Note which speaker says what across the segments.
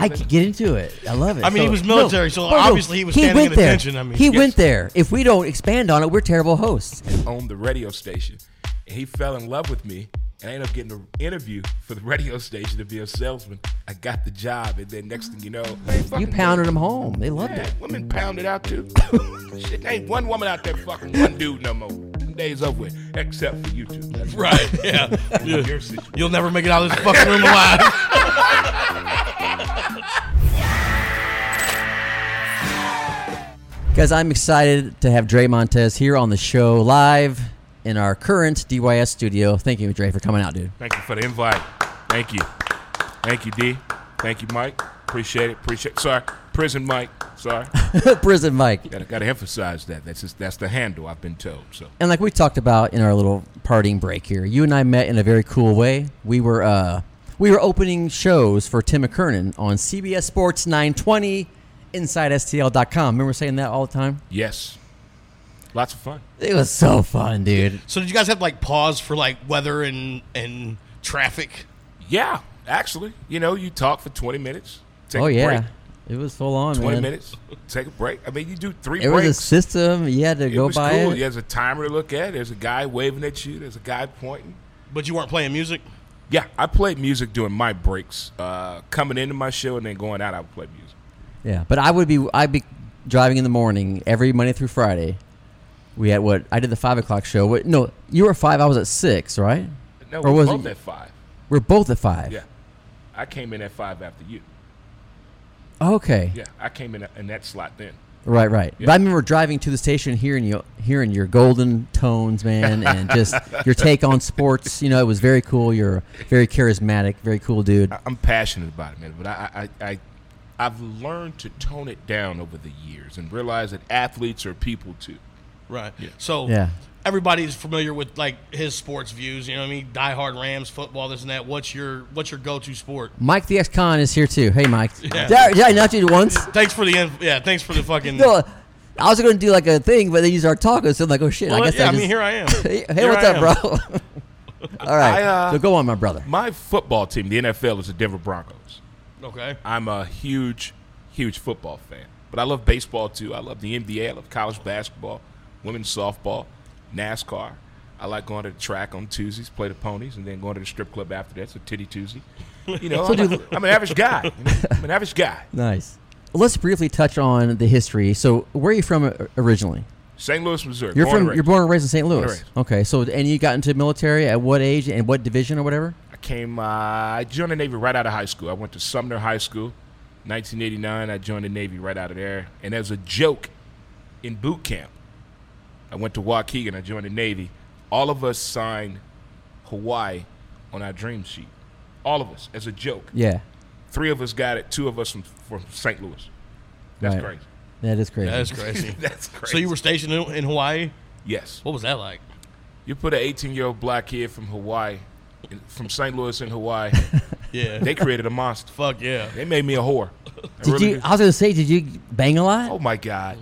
Speaker 1: I could get into it. I love it.
Speaker 2: I mean, he was military, so obviously he was standing
Speaker 1: went
Speaker 2: in
Speaker 1: there.
Speaker 2: attention. I mean,
Speaker 1: he
Speaker 2: yes.
Speaker 1: went there. If we don't expand on it, we're terrible hosts.
Speaker 3: owned the radio station, and he fell in love with me. And I ended up getting an interview for the radio station to be a salesman. I got the job, and then next thing you know, they fucking-
Speaker 1: You pounded them home. They loved
Speaker 3: Yeah,
Speaker 1: it.
Speaker 3: women pounded out too. Shit, there ain't one woman out there fucking one dude no more. Them Days over with, except for you two. That's right.
Speaker 2: Right. Yeah.
Speaker 3: Your
Speaker 2: yeah.
Speaker 3: situation.
Speaker 2: You'll never make it out of this fucking room alive.
Speaker 1: Guys, I'm excited to have Dre Montez here on the show live in our current DYS studio. Thank you, Dre, for coming out, dude.
Speaker 3: Thank you for the invite. Thank you. Thank you, D. Thank you, Mike. Appreciate it. Appreciate. Sorry, prison, Mike. Sorry.
Speaker 1: Prison Mike.
Speaker 3: gotta, gotta emphasize that. That's just, that's the handle I've been told. So
Speaker 1: And like we talked about in our little parting break here, you and I met in a very cool way. We were uh, we were opening shows for Tim McKernan on CBS Sports 920 InsideSTL.com. Remember saying that all the time?
Speaker 3: yes, lots of fun.
Speaker 1: It was so fun, dude.
Speaker 2: So did you guys have like pause for like weather and and traffic?
Speaker 3: Yeah, actually, you know, you talk for twenty minutes. Take
Speaker 1: oh
Speaker 3: a
Speaker 1: yeah,
Speaker 3: break.
Speaker 1: it was full on,
Speaker 3: twenty
Speaker 1: man.
Speaker 3: minutes. Take a break. I mean, you do three
Speaker 1: It was a
Speaker 3: breaks.
Speaker 1: system. You had to
Speaker 3: It
Speaker 1: go
Speaker 3: was
Speaker 1: by
Speaker 3: cool.
Speaker 1: it.
Speaker 3: There's a timer to look at. There's a guy waving at you. There's a guy pointing.
Speaker 2: But you weren't playing music.
Speaker 3: Yeah, I played music during my breaks. Uh, coming into my show and then going out, I would play music.
Speaker 1: Yeah, but I would be I'd be driving in the morning every Monday through Friday. We had what I did the five o'clock show. What, no, you were five. I was at six, right?
Speaker 3: No,
Speaker 1: Or
Speaker 3: we
Speaker 1: was
Speaker 3: both
Speaker 1: it-
Speaker 3: at five.
Speaker 1: We're both at five.
Speaker 3: Yeah, I came in at five after you.
Speaker 1: Oh, Okay.
Speaker 3: Yeah, I came in in that slot then.
Speaker 1: Right, right. But I remember driving to the station, hearing you, hearing your golden tones, man, and just your take on sports. You know, it was very cool. You're very charismatic, very cool dude.
Speaker 3: I- I'm passionate about it, man. But I, I, I, I've learned to tone it down over the years and realize that athletes are people too.
Speaker 2: Right. So
Speaker 1: Yeah.
Speaker 2: everybody's familiar with like his sports views. You know what I mean? Diehard Rams, football, this and that. What's your what's your go to sport?
Speaker 1: Mike the Ex-Con is here too. Hey, Mike.
Speaker 2: Yeah.
Speaker 1: Did, I, did I nudge you once?
Speaker 2: Thanks for the inf- yeah. Thanks for the fucking.
Speaker 1: No. I was going to do like a thing, but then you start talking, so I'm like, oh shit.
Speaker 2: Well,
Speaker 1: I guess
Speaker 2: yeah, I,
Speaker 1: I, just,
Speaker 2: mean here I am.
Speaker 1: Hey, hey,
Speaker 2: Here
Speaker 1: what's
Speaker 2: I
Speaker 1: up,
Speaker 2: am.
Speaker 1: bro? All right.
Speaker 3: I, uh,
Speaker 1: so go on, my brother.
Speaker 3: My football team, the NFL, is the Denver Broncos.
Speaker 2: Okay.
Speaker 3: I'm a huge, huge football fan. But I love baseball too. I love the NBA. I love college basketball, women's softball, NASCAR. I like going to the track on Tuesdays, play the ponies, and then going to the strip club after that. So titty Tuesday. You know, I'm, a, I'm an average guy. you know? I'm an average guy.
Speaker 1: Nice. Let's briefly touch on the history. So, where are you from uh, originally?
Speaker 3: St. Louis, Missouri.
Speaker 1: You're
Speaker 3: born and
Speaker 1: from. You're
Speaker 3: raised.
Speaker 1: born and raised in St. Louis.
Speaker 3: and raised.
Speaker 1: Okay. So, and you got into military at what age and what division or whatever?
Speaker 3: I came. Uh, I joined the Navy right out of high school. I went to Sumner High School, 1989. I joined the Navy right out of there. And as a joke, in boot camp, I went to Waukegan. I joined the Navy. All of us signed Hawaii on our dream sheet. All of us, as a joke.
Speaker 1: Yeah.
Speaker 3: Three of us got it. Two of us from from St. Louis. That's
Speaker 1: Right.
Speaker 3: crazy.
Speaker 1: That is crazy.
Speaker 2: That is crazy.
Speaker 3: That's crazy.
Speaker 2: so you were stationed in, in Hawaii.
Speaker 3: yes.
Speaker 2: What was that like?
Speaker 3: You put an 18 year old black kid from Hawaii, in- from St. Louis in Hawaii.
Speaker 2: Yeah.
Speaker 3: they created a monster.
Speaker 2: Fuck yeah.
Speaker 3: They made me a whore. I
Speaker 1: did
Speaker 3: really
Speaker 1: you? I was gonna say, did you bang a lot?
Speaker 3: Oh my God!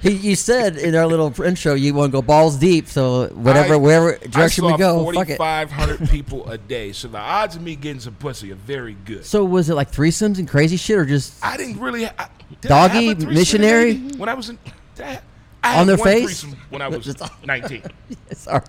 Speaker 1: He, you said in our little intro you want to go balls deep. So whatever,
Speaker 3: I-
Speaker 1: wherever direction
Speaker 3: I saw
Speaker 1: we go, fuck it.
Speaker 3: Forty-five hundred people a day, so the odds of me getting some pussy are very good.
Speaker 1: So was it like threesomes and crazy shit, or just
Speaker 3: I didn't really. I, did I have
Speaker 1: Doggy
Speaker 3: a threesome
Speaker 1: missionary?
Speaker 3: lady when I was in. I, I
Speaker 1: On
Speaker 3: had
Speaker 1: their
Speaker 3: one
Speaker 1: face?
Speaker 3: threesome When I was
Speaker 1: Just-
Speaker 3: nineteen.
Speaker 1: sorry?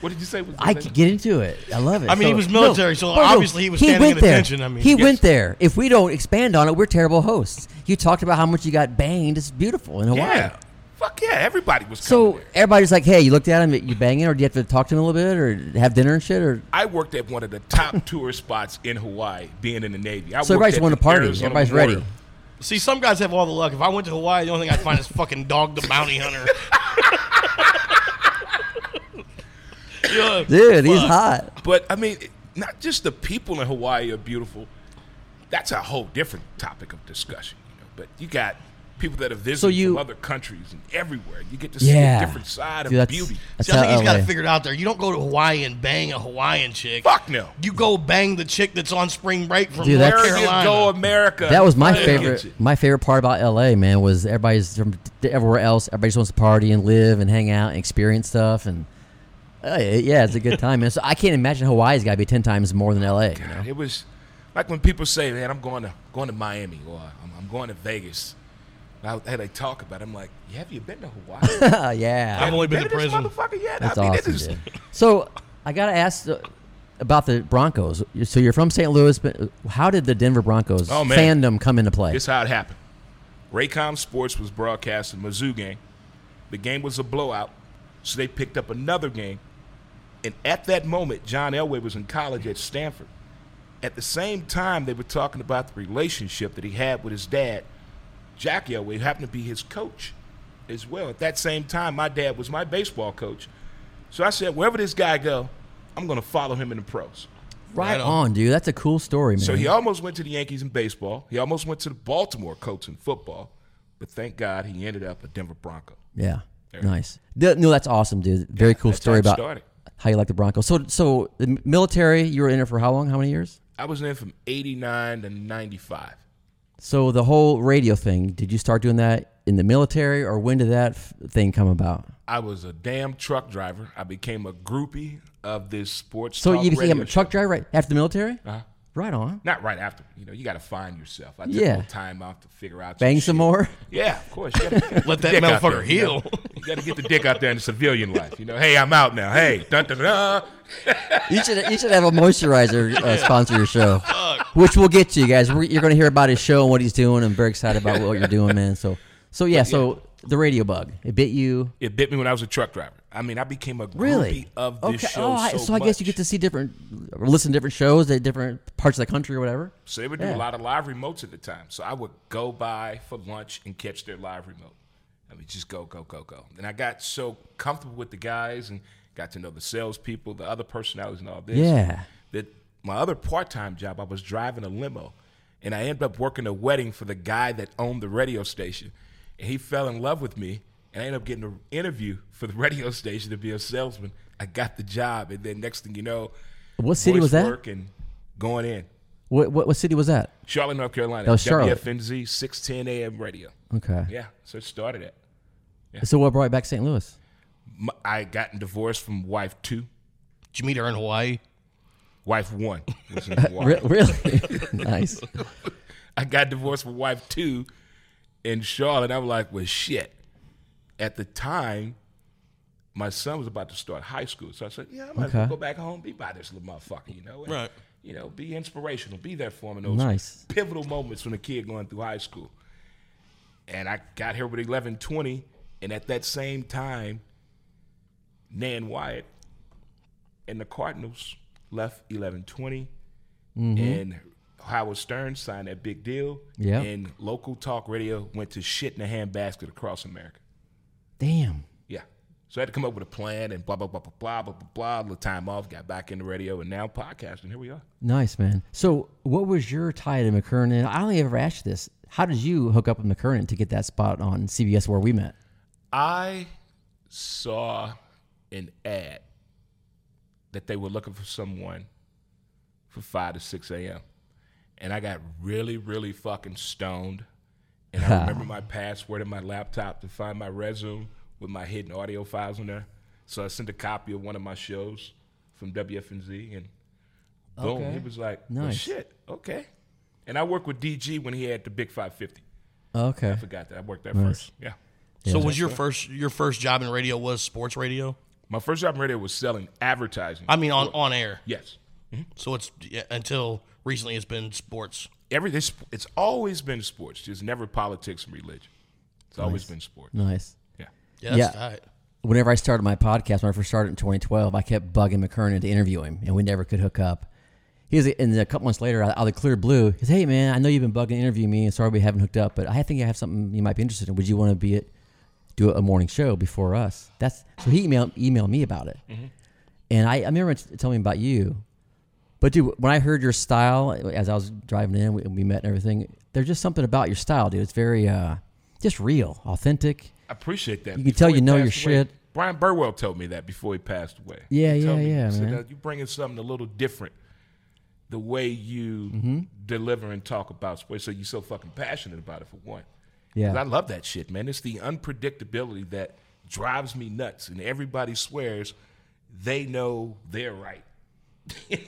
Speaker 3: What did you say? Was the
Speaker 1: I
Speaker 3: name?
Speaker 1: could get into it. I love it.
Speaker 2: I mean, he was military, so
Speaker 1: Bardo,
Speaker 2: obviously he was standing
Speaker 1: went
Speaker 2: in
Speaker 1: there.
Speaker 2: attention, I mean,
Speaker 1: he
Speaker 2: yes.
Speaker 1: went there. If we don't expand on it, we're terrible hosts. You talked about how much you got banged. It's beautiful in Hawaii.
Speaker 3: Yeah. Fuck yeah! Everybody was coming
Speaker 1: So
Speaker 3: there.
Speaker 1: everybody's like, "Hey, you looked at him. You banging, or do you have to talk to him a little bit, or have dinner and shit?" Or
Speaker 3: I worked at one of the top tourist spots in Hawaii, being in the Navy. I
Speaker 1: So
Speaker 3: worked
Speaker 1: everybody's
Speaker 3: at
Speaker 1: wanting
Speaker 3: the
Speaker 1: to party.
Speaker 3: Arizona
Speaker 1: Everybody's
Speaker 3: Memorial.
Speaker 1: ready.
Speaker 2: See, some guys have all the luck. If I went to Hawaii, the only thing I'd find is fucking Dog the Bounty Hunter. yeah.
Speaker 1: dude, he's hot.
Speaker 3: But I mean, it- not just the people in Hawaii are beautiful. That's a whole different topic of discussion, you know. But you got people that are visiting
Speaker 1: you-
Speaker 3: from other countries and everywhere. You get to see
Speaker 1: Yeah,
Speaker 3: a different side
Speaker 1: Dude,
Speaker 3: of
Speaker 1: that's,
Speaker 3: beauty.
Speaker 1: That's
Speaker 2: See, I think
Speaker 1: how
Speaker 2: he's got
Speaker 1: LA.
Speaker 2: it figured out there. You don't go to Hawaii and bang a Hawaiian chick.
Speaker 3: Fuck no.
Speaker 2: You go bang the chick that's on spring break from
Speaker 1: Dude,
Speaker 2: North
Speaker 1: that's-
Speaker 3: Where you
Speaker 2: Carolina.
Speaker 3: go, America?
Speaker 1: That was my
Speaker 3: Where you get
Speaker 1: favorite.
Speaker 3: you?
Speaker 1: My favorite part about LA, man, was everybody's from d- everywhere else. Everybody just wants to party and live and hang out and experience stuff, and oh, uh, yeah, it's a good time, man. So I can't imagine Hawaii's got to be ten times more than LA. You know?
Speaker 3: It was like when people say, "Man, I'm going to going to Miami" or "I'm, I'm going to Vegas." I had a talk about. It. I'm like, "Yeah, have you been to Hawaii?"
Speaker 1: yeah.
Speaker 2: I've only been
Speaker 3: Been
Speaker 2: to
Speaker 3: this
Speaker 2: prison.
Speaker 3: motherfucker yet?
Speaker 1: That's
Speaker 3: I mean,
Speaker 1: awesome.
Speaker 3: this is
Speaker 1: dude. So I gotta ask uh, about the Broncos. So you're from St. Louis, but how did the Denver Broncos
Speaker 3: Oh, man.
Speaker 1: fandom come into play?
Speaker 3: This is how it happened. Raycom Sports was broadcasting Mizzou game. The game was a blowout, so they picked up another game. And at that moment, John Elway was in college at Stanford. At the same time, they were talking about the relationship that he had with his dad, Jack Elway, who happened to be his coach as well. At that same time, my dad was my baseball coach. So I said, wherever this guy go, I'm going to follow him in the pros.
Speaker 1: right
Speaker 2: Right
Speaker 1: on.
Speaker 2: on.
Speaker 1: dude. That's a cool story, man.
Speaker 3: So he almost went to the Yankees in baseball. He almost went to the Baltimore Colts in football. But thank God he ended up a Denver Bronco.
Speaker 1: yeah. Nice. Th- No, that's awesome, dude. Very cool
Speaker 3: how
Speaker 1: story
Speaker 3: it
Speaker 1: about
Speaker 3: started.
Speaker 1: how you like the Broncos. So, so the m- military, you were in it for how long? How many years?
Speaker 3: I was in from 89 to 95.
Speaker 1: So the whole radio thing. Did you start doing that in the military, or when did that f- thing come about?
Speaker 3: I was a damn truck driver. I became a groupie of this sports
Speaker 1: So
Speaker 3: talk
Speaker 1: you became
Speaker 3: radio
Speaker 1: a truck driver right after the military.
Speaker 3: show. Uh-huh.
Speaker 1: Right on.
Speaker 3: Not right after. You know, you got to find yourself. I took
Speaker 1: Yeah.
Speaker 3: yeah. time off to figure out
Speaker 1: Bang
Speaker 3: shit.
Speaker 1: some more.
Speaker 3: Yeah, of course. You gotta get
Speaker 2: Let
Speaker 3: the
Speaker 2: that
Speaker 3: dick out
Speaker 2: motherfucker
Speaker 3: there, you know?
Speaker 2: heal.
Speaker 3: You got to get the dick out there in the civilian life. You know, hey, I'm out now. Hey, dun dun dun.
Speaker 1: You should you should have a moisturizer uh, sponsor your show, which we'll get to you guys. We're, you're going to hear about his show and what he's doing. I'm very excited about what you're doing, man. So so yeah. So the radio bug it bit you.
Speaker 3: It bit me when I was a truck driver. I mean, I became a groupie
Speaker 1: Really?
Speaker 3: of this show.
Speaker 1: oh, I,
Speaker 3: so,
Speaker 1: I guess you get
Speaker 3: much.
Speaker 1: to see different, or listen to different shows at different parts of the country or whatever.
Speaker 3: So they would do
Speaker 1: Yeah.
Speaker 3: a lot of live remotes at the time. So I would go by for lunch and catch their live remote. I mean, just go, go, go, go. And I got so comfortable with the guys and got to know the salespeople, the other personalities, and all this.
Speaker 1: Yeah.
Speaker 3: That my other part-time job, I was driving a limo, and I ended up working a wedding for the guy that owned the radio station, and he fell in love with me, and I ended up getting an interview for the radio station to be a salesman. I got the job, and then next thing you know,
Speaker 1: What city
Speaker 3: voice
Speaker 1: was that?
Speaker 3: Work and going in.
Speaker 1: What, what what city was that?
Speaker 3: Charlotte, North Carolina.
Speaker 1: Oh, Charlotte.
Speaker 3: WFNZ, 610 AM radio.
Speaker 1: Okay.
Speaker 3: Yeah, so it started at.
Speaker 1: So what brought you back to St. Louis?
Speaker 3: M- I had gotten divorced from wife two,
Speaker 2: Did you meet her in Hawaii?
Speaker 3: wife one. was in Hawaii.
Speaker 1: Re- really nice.
Speaker 3: I got divorced from wife two in Charlotte. I'm like, well, shit. At the time, my son was about to start high school. So I said, yeah, I might as well
Speaker 1: Okay.
Speaker 3: go back home, be by this little motherfucker, you know? and,
Speaker 2: Right.
Speaker 3: You know, be inspirational, be there for him in those
Speaker 1: Nice.
Speaker 3: pivotal moments when a kid going through high school. And I got here with 1120. And at that same time, Nan Wyatt and the Cardinals left 1120 and Howard Stern signed that big deal.
Speaker 1: Yeah.
Speaker 3: And local talk radio went to shit in a handbasket across America.
Speaker 1: Damn.
Speaker 3: Yeah. So I had to come up with a plan and blah, blah, blah, blah, blah, blah, blah, blah. A little time off, got back in the radio, and now podcasting. Here we are.
Speaker 1: Nice, man. So, what was your tie to McKernan? I don't think I've ever asked you this. How did you hook up with McKernan to get that spot on CBS where we met?
Speaker 3: I saw an ad that they were looking for someone for 5 to 6 a.m. And I got really, really fucking stoned. And I remember my password in my laptop to find my resume with my hidden audio files in there. So I sent a copy of one of my shows from WFNZ and boom,
Speaker 1: Okay.
Speaker 3: he was like, well,
Speaker 1: Nice.
Speaker 3: shit, okay. And I worked with DG when he had the Big 550.
Speaker 1: Okay.
Speaker 3: Forgot that. I worked there first. Yeah.
Speaker 2: So was your first your first job in radio was sports radio?
Speaker 3: My first job in radio was selling advertising.
Speaker 2: I mean on on air.
Speaker 3: yes,
Speaker 2: So it's yeah, until recently it's been sports.
Speaker 3: every it's, it's always been sports. There's never politics and religion. It's always been sports.
Speaker 1: Nice.
Speaker 3: Yeah,
Speaker 2: Yeah, that's
Speaker 1: Yeah.
Speaker 2: tight.
Speaker 1: Whenever I started my podcast, when I first started in 2012, I kept bugging McKernan to interview him, and we never could hook up. He was, and a couple months later, out of the clear blue, he says, "Hey, man, I know you've been bugging to interview me, and sorry we haven't hooked up, but I think I have something you might be interested in. Would you want to be at do a morning show before us?" That's so he emailed emailed me about it, and I, I remember t- telling him about you. But dude, when I heard your style as I was driving in, we, we met and everything. There's just something about your style, dude. It's very uh, just real, authentic.
Speaker 3: I appreciate that.
Speaker 1: You can tell
Speaker 3: Before
Speaker 1: you
Speaker 3: he
Speaker 1: know your
Speaker 3: passed away,
Speaker 1: shit.
Speaker 3: Brian Burwell told me that before he passed away.
Speaker 1: Yeah,
Speaker 3: He told
Speaker 1: yeah,
Speaker 3: me,
Speaker 1: yeah,
Speaker 3: he said,
Speaker 1: man.
Speaker 3: "Uh, you bringing something a little different. The way you
Speaker 1: Mm-hmm.
Speaker 3: deliver and talk about sports, so you're so fucking passionate about it for one.
Speaker 1: Yeah.
Speaker 3: 'Cause I love that shit, man. It's the unpredictability that drives me nuts, and everybody swears they know they're right.
Speaker 2: yeah,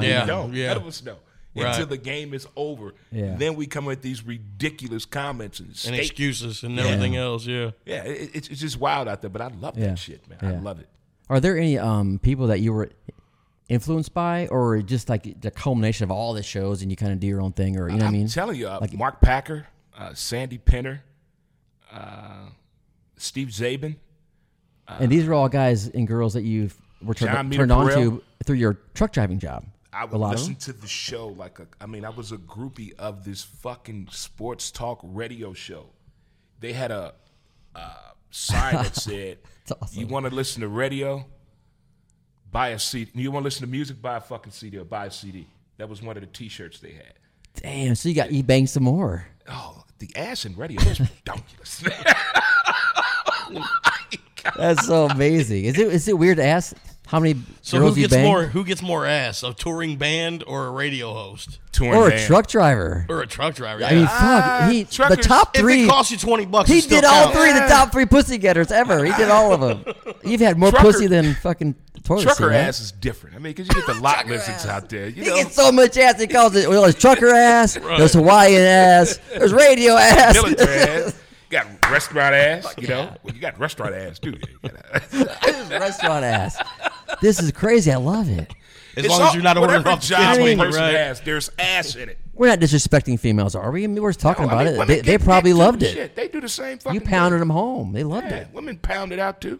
Speaker 3: yeah, do
Speaker 1: Oh,
Speaker 2: yeah.
Speaker 3: None of us know.
Speaker 2: Right.
Speaker 3: until the game is over.
Speaker 1: Yeah.
Speaker 3: Then we come with these ridiculous comments and,
Speaker 2: and
Speaker 3: state-
Speaker 2: excuses and everything else. Yeah.
Speaker 3: Yeah, it, it's, it's just wild out there, but I love
Speaker 1: Yeah.
Speaker 3: that shit, man. I
Speaker 1: Yeah.
Speaker 3: love it.
Speaker 1: Are there any um people that you were influenced by, or just like the culmination of all the shows, and you kind of do your own thing, or you know what I
Speaker 3: I'm
Speaker 1: mean?
Speaker 3: telling you, uh, Mark Packer, uh, Sandy Penner, uh, Steve Zabin,
Speaker 1: and these are all guys and girls that you were
Speaker 3: John
Speaker 1: turned,
Speaker 3: Mina
Speaker 1: turned on
Speaker 3: Perrell.
Speaker 1: to through your truck driving job.
Speaker 3: I
Speaker 1: a
Speaker 3: would
Speaker 1: lot of
Speaker 3: listen
Speaker 1: them.
Speaker 3: to the show like a, I mean, I was a groupie of this fucking sports talk radio show. They had a uh, sign that said,
Speaker 1: That's awesome.
Speaker 3: "You want to listen to radio? Buy a CD. You want to listen to music? Buy a fucking CD or buy a CD." That was one of the T-shirts they had.
Speaker 1: Damn, so you got e bang some more.
Speaker 3: Oh, the ass in radio is ridiculous.
Speaker 1: That's so amazing. Is it is it weird to ask how many
Speaker 2: So
Speaker 1: girls
Speaker 2: who
Speaker 1: you
Speaker 2: gets
Speaker 1: bang
Speaker 2: more? Who gets more ass? A touring band or a radio host
Speaker 3: Touring
Speaker 1: or a
Speaker 3: van.
Speaker 1: truck driver?
Speaker 2: or a truck driver?
Speaker 1: I mean,
Speaker 2: Yeah.
Speaker 1: fuck. He the
Speaker 3: Uh, truckers-
Speaker 1: top
Speaker 2: if
Speaker 1: three.
Speaker 2: it costs you twenty bucks,
Speaker 1: He
Speaker 2: it still
Speaker 1: did all
Speaker 2: counts.
Speaker 1: three of the top three pussy getters ever. He did all of them. You've had more
Speaker 3: Trucker-
Speaker 1: pussy than fucking toilet seat,
Speaker 3: Trucker
Speaker 1: right?
Speaker 3: ass is different. I mean, because you get the lot listings out there. You
Speaker 1: He
Speaker 3: know,
Speaker 1: gets so much ass. He calls it. Well, there's trucker ass. There's Hawaiian ass. There's radio ass.
Speaker 3: military ass. You got restaurant ass. You know, well, you got restaurant ass too. You gotta-
Speaker 1: there's restaurant ass. This is crazy. I love it.
Speaker 2: As
Speaker 3: It's
Speaker 2: long
Speaker 3: all-
Speaker 2: as you're not ordering
Speaker 3: whatever
Speaker 2: off the
Speaker 3: job
Speaker 2: kids'
Speaker 3: a
Speaker 2: menu,
Speaker 3: person
Speaker 2: right?
Speaker 3: has, there's ass in it.
Speaker 1: We're not disrespecting females, are we? I mean, we're just talking
Speaker 3: I
Speaker 1: about
Speaker 3: mean,
Speaker 1: it.
Speaker 3: women
Speaker 1: They,
Speaker 3: get
Speaker 1: they
Speaker 3: dick
Speaker 1: probably
Speaker 3: too.
Speaker 1: loved it.
Speaker 3: Shit, they do the same fucking.
Speaker 1: You pounded them home. They loved
Speaker 3: thing. Yeah,
Speaker 1: it.
Speaker 3: women pound it out too.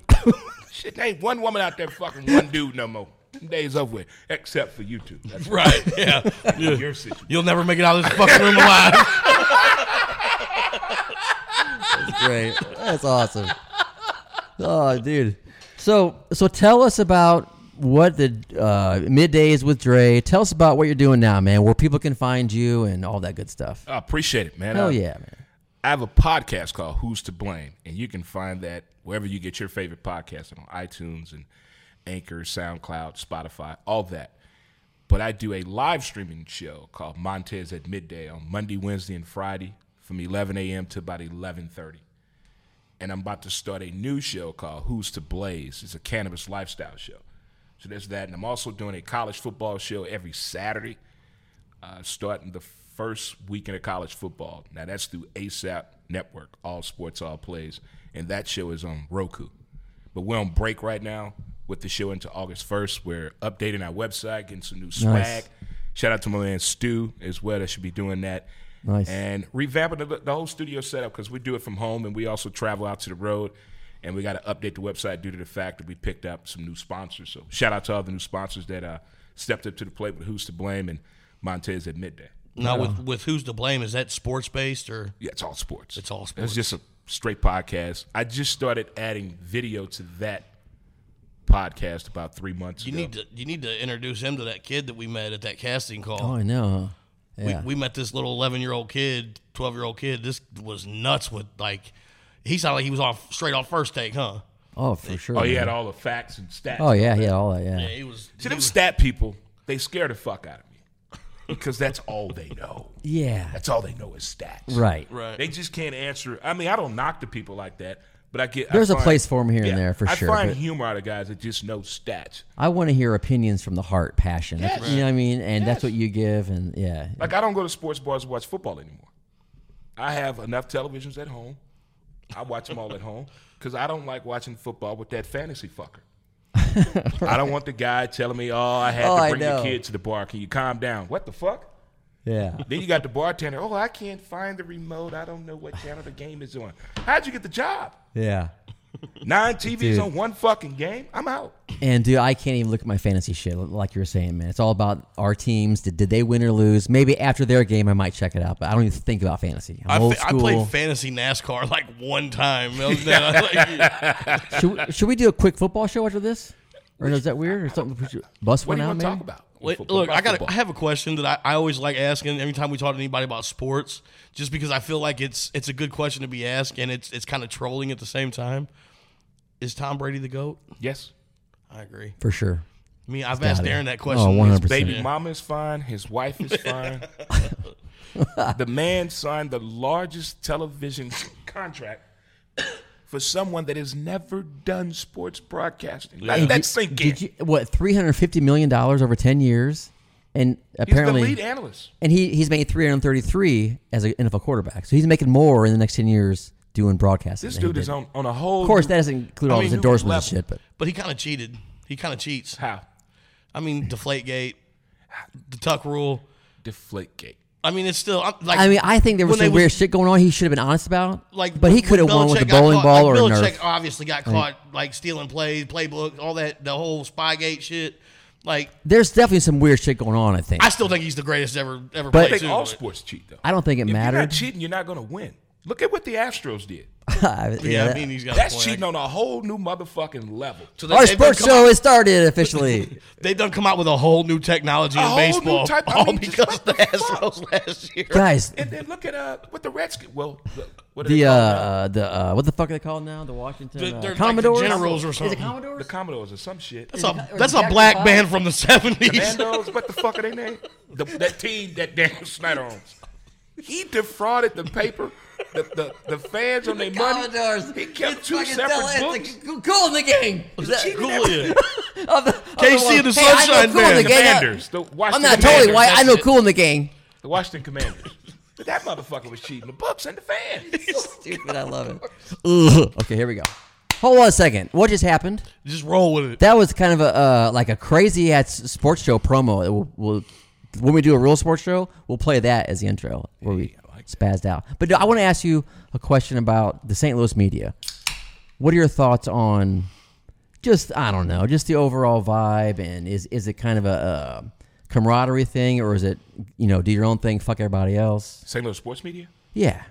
Speaker 3: Shit, there ain't one woman out there fucking one dude no more. Them Days over with, except for you two. That's
Speaker 2: Right. Yeah. Yeah.
Speaker 3: your situation.
Speaker 2: You'll never make it out of this fucking room alive.
Speaker 1: Great. That's awesome. Oh, dude. So, so tell us about what the uh, middays with Dre. Tell us about what you're doing now, man. Where people can find you and all that good stuff.
Speaker 3: I appreciate it, man.
Speaker 1: Hell
Speaker 3: Uh,
Speaker 1: yeah, man.
Speaker 3: I have a podcast called Who's to Blame, and you can find that wherever you get your favorite podcast on iTunes and Anchor, SoundCloud, Spotify, all that. But I do a live streaming show called Montez at midday on Monday, Wednesday, and Friday from 11 a.m. to about 11:30. And I'm about to start a new show called Who's to Blaze. It's a cannabis lifestyle show. So there's that, and I'm also doing a college football show every Saturday uh, starting the first weekend of college football. Now that's through ASAP Network, All Sports, All Plays, and that show is on Roku. But we're on break right now with the show into August first. We're updating our website, getting some new swag. Shout out to my man Stu as well that should be doing that.
Speaker 1: Nice.
Speaker 3: And revamping the, the whole studio setup because we do it from home and we also travel out to the road. And we got to update the website due to the fact that we picked up some new sponsors. So shout out to all the new sponsors that uh, stepped up to the plate with Who's to Blame and Montez at Midday.
Speaker 2: Now with with who's to blame? Is that sports based or
Speaker 3: Yeah, it's all sports.
Speaker 2: It's all
Speaker 3: It's just a straight podcast. I just started adding video to that podcast about three months
Speaker 2: you
Speaker 3: ago.
Speaker 2: need to you need to introduce him to that kid that we met at that casting call.
Speaker 1: Oh, I know. huh? Yeah.
Speaker 2: we, we met this little 11 year old kid 12 year old kid this was nuts with like he sounded like he was off straight off first take huh
Speaker 1: oh, for sure.
Speaker 3: oh, he
Speaker 1: man.
Speaker 3: had all the facts and stats.
Speaker 1: Oh yeah, he had all that.
Speaker 2: yeah
Speaker 1: Yeah.
Speaker 2: he was
Speaker 3: See, them stat people, they scare the fuck out of me because that's all they know.
Speaker 1: Yeah.
Speaker 3: That's all they know is stats.
Speaker 1: Right.
Speaker 2: right
Speaker 3: They just can't answer. I mean, I don't knock the people like that, but I get I
Speaker 1: There's a
Speaker 3: find-
Speaker 1: place for him here and there for
Speaker 3: I
Speaker 1: sure.
Speaker 3: find
Speaker 1: but
Speaker 3: humor out of guys that just know stats.
Speaker 1: I want to hear opinions from the heart, passion.
Speaker 3: Yes.
Speaker 1: You know what I mean? And that's
Speaker 3: Yes.
Speaker 1: what you give. And yeah.
Speaker 3: Like I don't go to sports bars to watch football anymore. I have enough televisions at home. I watch them all at home because I don't like watching football with that fantasy fucker. I don't want the guy telling me, "Oh, I had
Speaker 1: Oh, I
Speaker 3: to bring
Speaker 1: know.
Speaker 3: your kid to the bar. Can you calm down?" What the fuck?
Speaker 1: Yeah.
Speaker 3: Then you got the bartender. Oh, I can't find the remote. I don't know what channel the game is on. How'd you get the job?
Speaker 1: Yeah.
Speaker 3: Nine TVs
Speaker 1: Dude.
Speaker 3: on one fucking game. I'm out.
Speaker 1: And dude, I can't even look at my fantasy shit like you were saying, man. It's all about our teams. Did, did they win or lose? Maybe after their game, I might check it out, but I don't even think about fantasy. I'm
Speaker 2: I,
Speaker 1: old
Speaker 2: fa- I
Speaker 1: school.
Speaker 2: played fantasy NASCAR like one time. That was- that- like,
Speaker 1: should, we, should we do a quick football show after this? Or is that weird? Or something? we should Bust
Speaker 3: What
Speaker 1: one
Speaker 3: do you
Speaker 1: out,
Speaker 3: want to
Speaker 1: man.
Speaker 3: talk about?
Speaker 2: wait,
Speaker 3: Football,
Speaker 2: look, I
Speaker 3: about
Speaker 2: got. I
Speaker 3: football.
Speaker 2: have a question that I, I always like asking every time we talk to anybody about sports, just because I feel like it's it's a good question to be asked, and it's it's kind of trolling at the same time. Is Tom Brady the goat?
Speaker 3: Yes.
Speaker 2: I agree.
Speaker 1: For sure.
Speaker 2: I mean, I've asked
Speaker 1: gotta be.
Speaker 2: Aaron that question.
Speaker 1: Oh, 100%.
Speaker 3: Baby mama is fine. His wife is fine. the man signed the largest television contract for someone that has never done sports broadcasting. Let that sink in.
Speaker 1: Did you what? Three hundred fifty million dollars over ten years. and
Speaker 3: He's
Speaker 1: apparently
Speaker 3: the lead analyst.
Speaker 1: and he he's made 333 as an NFL quarterback. So heys making more in the next 10 years doing broadcasting.
Speaker 3: This
Speaker 1: than he
Speaker 3: dude
Speaker 1: did.
Speaker 3: is on, on a whole.
Speaker 1: Of course,
Speaker 3: new-
Speaker 1: that doesn't include
Speaker 3: I
Speaker 1: all
Speaker 3: mean,
Speaker 1: his
Speaker 3: new
Speaker 1: endorsements and
Speaker 3: level.
Speaker 1: shit, but
Speaker 2: But he kind of cheated. He kind of cheats.
Speaker 3: how
Speaker 2: I mean, deflate gate, the tuck rule.
Speaker 3: deflate gate.
Speaker 2: I mean, it's still I'm- like
Speaker 1: I mean, I think there was
Speaker 2: when they
Speaker 1: some
Speaker 2: was-
Speaker 1: weird shit going on. He should have been honest about.
Speaker 2: like,
Speaker 1: but he
Speaker 2: when-
Speaker 1: could have
Speaker 2: when
Speaker 1: won with a
Speaker 2: Belichick got
Speaker 1: bowling
Speaker 2: caught-
Speaker 1: ball
Speaker 2: like,
Speaker 1: or a
Speaker 2: Belichick
Speaker 1: nerf.
Speaker 2: obviously got caught like stealing plays, playbooks, all that, the whole Spygate shit. Like,
Speaker 1: There's definitely some weird shit going on. I think. I,
Speaker 2: I still think he's the greatest ever ever
Speaker 1: But-
Speaker 3: I
Speaker 2: played.
Speaker 3: think
Speaker 2: Too,
Speaker 3: all
Speaker 2: but-
Speaker 3: sports cheat though.
Speaker 1: don't think it
Speaker 3: If you're not
Speaker 1: mattered.
Speaker 3: cheating, you're not going to win. Look at what the Astros did.
Speaker 1: yeah,
Speaker 2: yeah, I mean, he's
Speaker 1: Oh,
Speaker 2: got a
Speaker 3: That's
Speaker 2: point.
Speaker 3: cheating on a whole new motherfucking level.
Speaker 2: So
Speaker 1: Our
Speaker 2: they've done
Speaker 1: sports
Speaker 2: come
Speaker 1: show has started officially.
Speaker 2: They done come out with a whole new technology
Speaker 3: A
Speaker 2: in
Speaker 3: whole new
Speaker 2: baseball,
Speaker 3: type- I
Speaker 2: all
Speaker 3: mean, just
Speaker 2: because
Speaker 3: what
Speaker 2: the
Speaker 3: the fuck?
Speaker 2: Astros last year.
Speaker 1: Guys,
Speaker 3: And then look at uh, what the Redskins. Well, the, what are they
Speaker 1: the
Speaker 3: called
Speaker 1: uh, the uh, what the fuck are they called now? The Washington
Speaker 2: They're-
Speaker 1: uh,
Speaker 2: they're like the
Speaker 1: Commodores,
Speaker 2: Generals or
Speaker 1: Is
Speaker 2: something.
Speaker 1: it
Speaker 3: now? the
Speaker 1: Commodores?
Speaker 3: Commodores or some shit.
Speaker 2: That's a
Speaker 1: or
Speaker 2: that's a
Speaker 1: Jackson
Speaker 2: black
Speaker 1: Five?
Speaker 2: band from the seventies.
Speaker 3: Commandos, what the fuck are they named? The, that team that Daniel Snyder owns. He defrauded the paper, the, the, the fans on their money.
Speaker 1: Commodores.
Speaker 3: He kept
Speaker 1: It's
Speaker 3: two
Speaker 1: fucking
Speaker 3: separate
Speaker 1: tell-
Speaker 3: books.
Speaker 1: it's the- Cool in the game. Is that-
Speaker 2: Cool,
Speaker 1: of the- of the
Speaker 2: KC
Speaker 1: one- Hey,
Speaker 2: and the
Speaker 1: I know
Speaker 2: Sunshine
Speaker 1: cool in the
Speaker 2: Band.
Speaker 1: game.
Speaker 3: Commanders. The Washington
Speaker 1: I'm not
Speaker 3: Commanders.
Speaker 1: totally white. I know
Speaker 2: That's it.
Speaker 1: cool in the game.
Speaker 3: The Washington Commanders. But that motherfucker was cheating the books and the fans.
Speaker 1: Stupid, I love it. Ugh. Okay, here we go. Hold on a second. What just happened?
Speaker 2: Just roll with it.
Speaker 1: That was kind of a uh, like a crazy ass sports show promo. It will- will- when we do a real sports show, we'll play that as the intro where we spazzed out. But no, I want to ask you a question about the St. Louis media. What are your thoughts on just I don't know, just the overall vibe, and is is it kind of a uh, camaraderie thing, or is it you know do your own thing, fuck everybody else?
Speaker 3: St. Louis sports media?
Speaker 1: Yeah,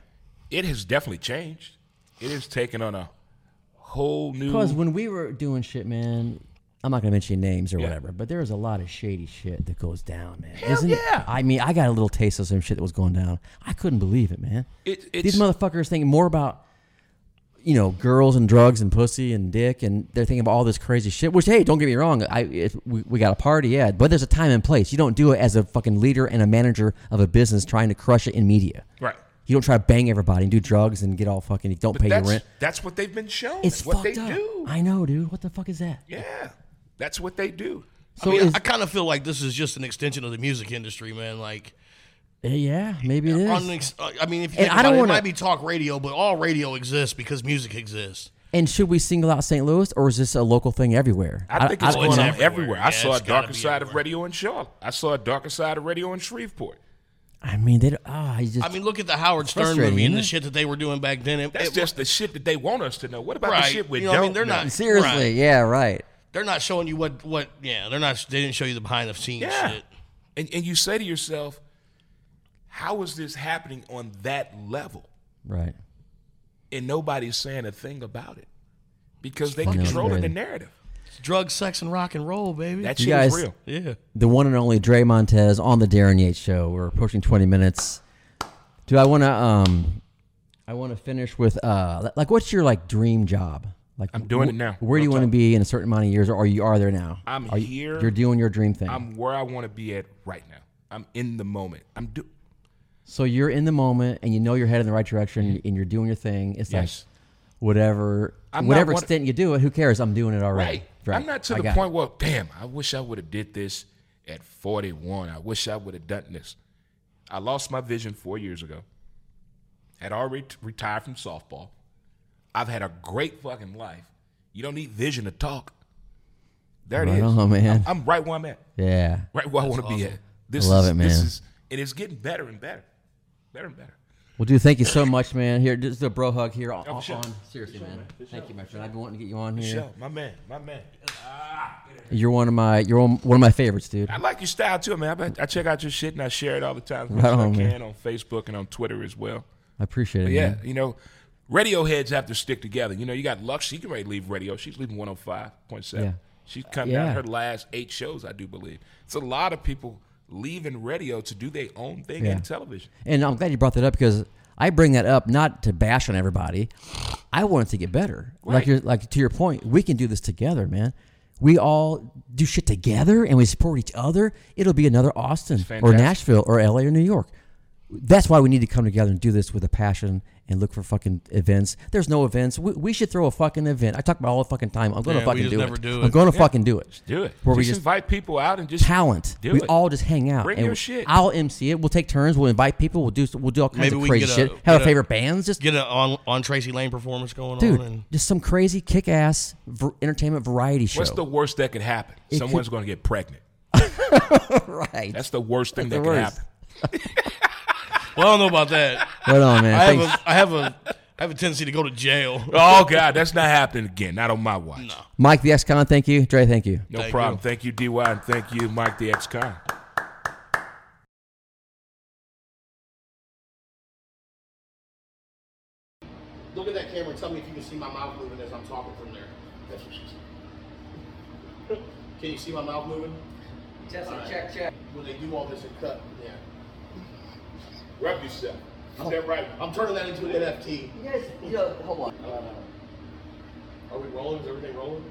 Speaker 3: It has definitely changed. It has taken on a whole new.
Speaker 1: because when we were doing shit, man. I'm not gonna mention names or whatever, but there is a lot of shady shit that goes down, man. Isn't it-
Speaker 3: yeah.
Speaker 1: I mean, I got a little taste of some shit that was going down. I couldn't believe it, man.
Speaker 3: It- it's,
Speaker 1: These motherfuckers thinking more about, you know, girls and drugs and pussy and dick, and they're thinking about all this crazy shit. Which, hey, don't get me wrong, I if we, we got a party, yeah, but there's a time and place. You don't do it as a fucking leader and a manager of a business trying to crush it in media.
Speaker 3: Right.
Speaker 1: You don't try to bang everybody and do drugs and get all fucking. Don't pay your
Speaker 3: That's,
Speaker 1: rent.
Speaker 3: that's what they've been shown.
Speaker 1: It's
Speaker 3: what
Speaker 1: fucked
Speaker 3: they
Speaker 1: up.
Speaker 3: do.
Speaker 1: I know, dude. What the fuck is that?
Speaker 3: Yeah. That's what they do.
Speaker 1: So
Speaker 2: I, mean,
Speaker 1: is,
Speaker 2: I kind of feel like this is just an extension of the music industry, man. Like,
Speaker 1: yeah, maybe it is.
Speaker 2: on, ex- uh, I mean, if you
Speaker 1: And
Speaker 2: think
Speaker 1: I
Speaker 2: about
Speaker 1: don't
Speaker 2: it, it
Speaker 1: wanna-
Speaker 2: might be talk radio, but all radio exists because music exists.
Speaker 1: and should we single out St. Louis, or is this a local thing everywhere?
Speaker 3: I think it's
Speaker 2: I-
Speaker 3: going
Speaker 2: it's
Speaker 3: on everywhere.
Speaker 2: everywhere.
Speaker 3: I
Speaker 2: Yeah,
Speaker 3: saw a
Speaker 2: it's gotta
Speaker 3: darker
Speaker 2: be
Speaker 3: side of
Speaker 2: everywhere.
Speaker 3: radio in Charlotte. I saw a darker side of radio in Shreveport.
Speaker 1: I mean, they. don't- Ah, I just.
Speaker 2: I mean, look at the Howard Stern
Speaker 1: frustrating,
Speaker 2: movie and
Speaker 1: isn't it?
Speaker 2: the shit that they were doing back then. It,
Speaker 3: That's
Speaker 2: it-
Speaker 3: just the shit that they want us to know. What about the
Speaker 2: Right.
Speaker 3: shit we
Speaker 2: You know what
Speaker 3: don't
Speaker 2: I mean? They're
Speaker 3: know?
Speaker 2: not-
Speaker 1: seriously,
Speaker 2: right.
Speaker 1: yeah, right.
Speaker 2: they're not showing you what what. Yeah, they're not. They didn't show you the behind the scenes
Speaker 3: Yeah.
Speaker 2: shit.
Speaker 3: And, and you say to yourself, how is this happening on that level?
Speaker 1: Right.
Speaker 3: And nobody's saying a thing about it because they
Speaker 1: fucking
Speaker 3: controlling the
Speaker 1: crazy.
Speaker 3: narrative.
Speaker 2: It's drug, sex, and rock and roll, baby.
Speaker 3: That
Speaker 1: You
Speaker 3: shit
Speaker 1: guys-
Speaker 3: is real.
Speaker 2: yeah.
Speaker 1: The one and only Dre Montez on the Darren Yates show. We're approaching 20 minutes. Do I want to um I want to finish with uh like what's your like dream job? Like
Speaker 3: I'm doing it now.
Speaker 1: Where do you
Speaker 3: Real
Speaker 1: want to
Speaker 3: talk.
Speaker 1: be in a certain amount of years or are you are there now?
Speaker 3: I'm
Speaker 1: Are you-
Speaker 3: here.
Speaker 1: You're doing your dream thing.
Speaker 3: I'm where I want to be at right now. I'm in the moment. I'm do.
Speaker 1: so you're in the moment and you know you're headed in the right direction and you're doing your thing. It's
Speaker 3: Mm-hmm. Yes.
Speaker 1: like whatever
Speaker 3: I'm not
Speaker 1: whatever
Speaker 3: one-
Speaker 1: extent you do it, who cares? I'm doing it already.
Speaker 3: Right. I'm not to
Speaker 1: I
Speaker 3: the
Speaker 1: got it.
Speaker 3: point where, damn, I wish I would have did this at 41. I wish I would have done this. I lost my vision four years ago. Had already t- retired from softball. I've had a great fucking life. You don't need vision to talk. There it
Speaker 1: Right
Speaker 3: is.
Speaker 1: on, man.
Speaker 3: I'm right where I'm at.
Speaker 1: Yeah.
Speaker 3: Right where I want to be at. This
Speaker 1: love
Speaker 3: is,
Speaker 1: it,
Speaker 3: This
Speaker 1: man.
Speaker 3: is, and it's getting better and better. Better and better.
Speaker 1: Well, dude, thank you so much, man. Here, just a bro hug here on,
Speaker 3: Oh,
Speaker 1: on-
Speaker 3: sure.
Speaker 1: seriously, man. Thank you, my friend. I've been wanting to get you on here.
Speaker 3: Yo, my man, my man.
Speaker 1: You're one of my you're one one of my favorites, dude.
Speaker 3: I like your style too, man. I, bet- I check out your shit and I share it all the time as much
Speaker 1: Right
Speaker 3: as I
Speaker 1: on, Oh, man.
Speaker 3: can on Facebook and on Twitter as well.
Speaker 1: I appreciate it.
Speaker 3: But yeah,
Speaker 1: man.
Speaker 3: you know, radio heads have to stick together. You know, you got Lux. She can ready to leave radio. She's leaving 105.7.
Speaker 1: Yeah.
Speaker 3: She's come
Speaker 1: Yeah.
Speaker 3: down her last eight shows, I do believe. It's a lot of people leaving radio to do their own thing
Speaker 1: Yeah.
Speaker 3: in television.
Speaker 1: And I'm glad you brought that up because I bring that up not to bash on everybody. I want it to get better. Like
Speaker 3: Right.
Speaker 1: you're like to your point, we can do this together, man. We all do shit together and we support each other. It'll be another Austin or
Speaker 3: fantastic.
Speaker 1: Nashville or LA or New York. that's why we need to come together and do this with a passion and look for fucking events. There's no events. We, we should throw a fucking event. I talk about it all the fucking time. I'm gonna
Speaker 2: Yeah, we
Speaker 1: fucking
Speaker 2: just
Speaker 1: do,
Speaker 2: never
Speaker 1: it.
Speaker 2: do
Speaker 1: I'm
Speaker 2: it.
Speaker 1: gonna fucking do it.
Speaker 3: Do it.
Speaker 1: Where
Speaker 3: just,
Speaker 1: we just-
Speaker 3: invite people out and just
Speaker 1: Talent.
Speaker 3: Do
Speaker 1: we
Speaker 3: it.
Speaker 1: all just hang out.
Speaker 3: Bring
Speaker 1: and
Speaker 3: your shit.
Speaker 1: I'll MC it. We'll take turns. We'll invite people. We'll do we'll do all kinds
Speaker 2: Maybe
Speaker 1: of
Speaker 2: we can
Speaker 1: crazy
Speaker 2: get a-
Speaker 1: shit. Have
Speaker 2: get
Speaker 1: our
Speaker 2: a-
Speaker 1: favorite bands. Just
Speaker 2: Get an on on Tracy Lane performance going
Speaker 1: dude,
Speaker 2: on. And,
Speaker 1: just some crazy kick ass ver- entertainment variety show.
Speaker 3: What's the worst that could happen? Someone's going to get pregnant.
Speaker 1: right?
Speaker 3: That's the worst thing
Speaker 1: That's
Speaker 3: that
Speaker 1: the
Speaker 3: could
Speaker 1: worst.
Speaker 3: happen.
Speaker 2: well, I don't know about that.
Speaker 1: Right on, man.
Speaker 2: I have
Speaker 1: Thanks.
Speaker 2: a I have a I have a tendency to go to jail.
Speaker 3: Oh God, that's not happening again. Not on my watch. No,
Speaker 1: Mike the ex-con, thank you. Dre, thank you.
Speaker 2: Thank
Speaker 3: problem.
Speaker 2: you.
Speaker 3: Thank you, Dy, and thank you, Mike the Ex-Con.
Speaker 4: Look at that camera and tell me if you can see my mouth moving as I'm talking from there. That's what she said. Can you see my mouth moving?
Speaker 5: Just
Speaker 4: All right.
Speaker 5: check, check.
Speaker 4: When they do all this and cut, yeah.
Speaker 3: Rub yourself.
Speaker 4: Is that right? I'm turning that into an NFT.
Speaker 5: You guys, you know, hold on.
Speaker 4: Are we rolling? Is everything rolling?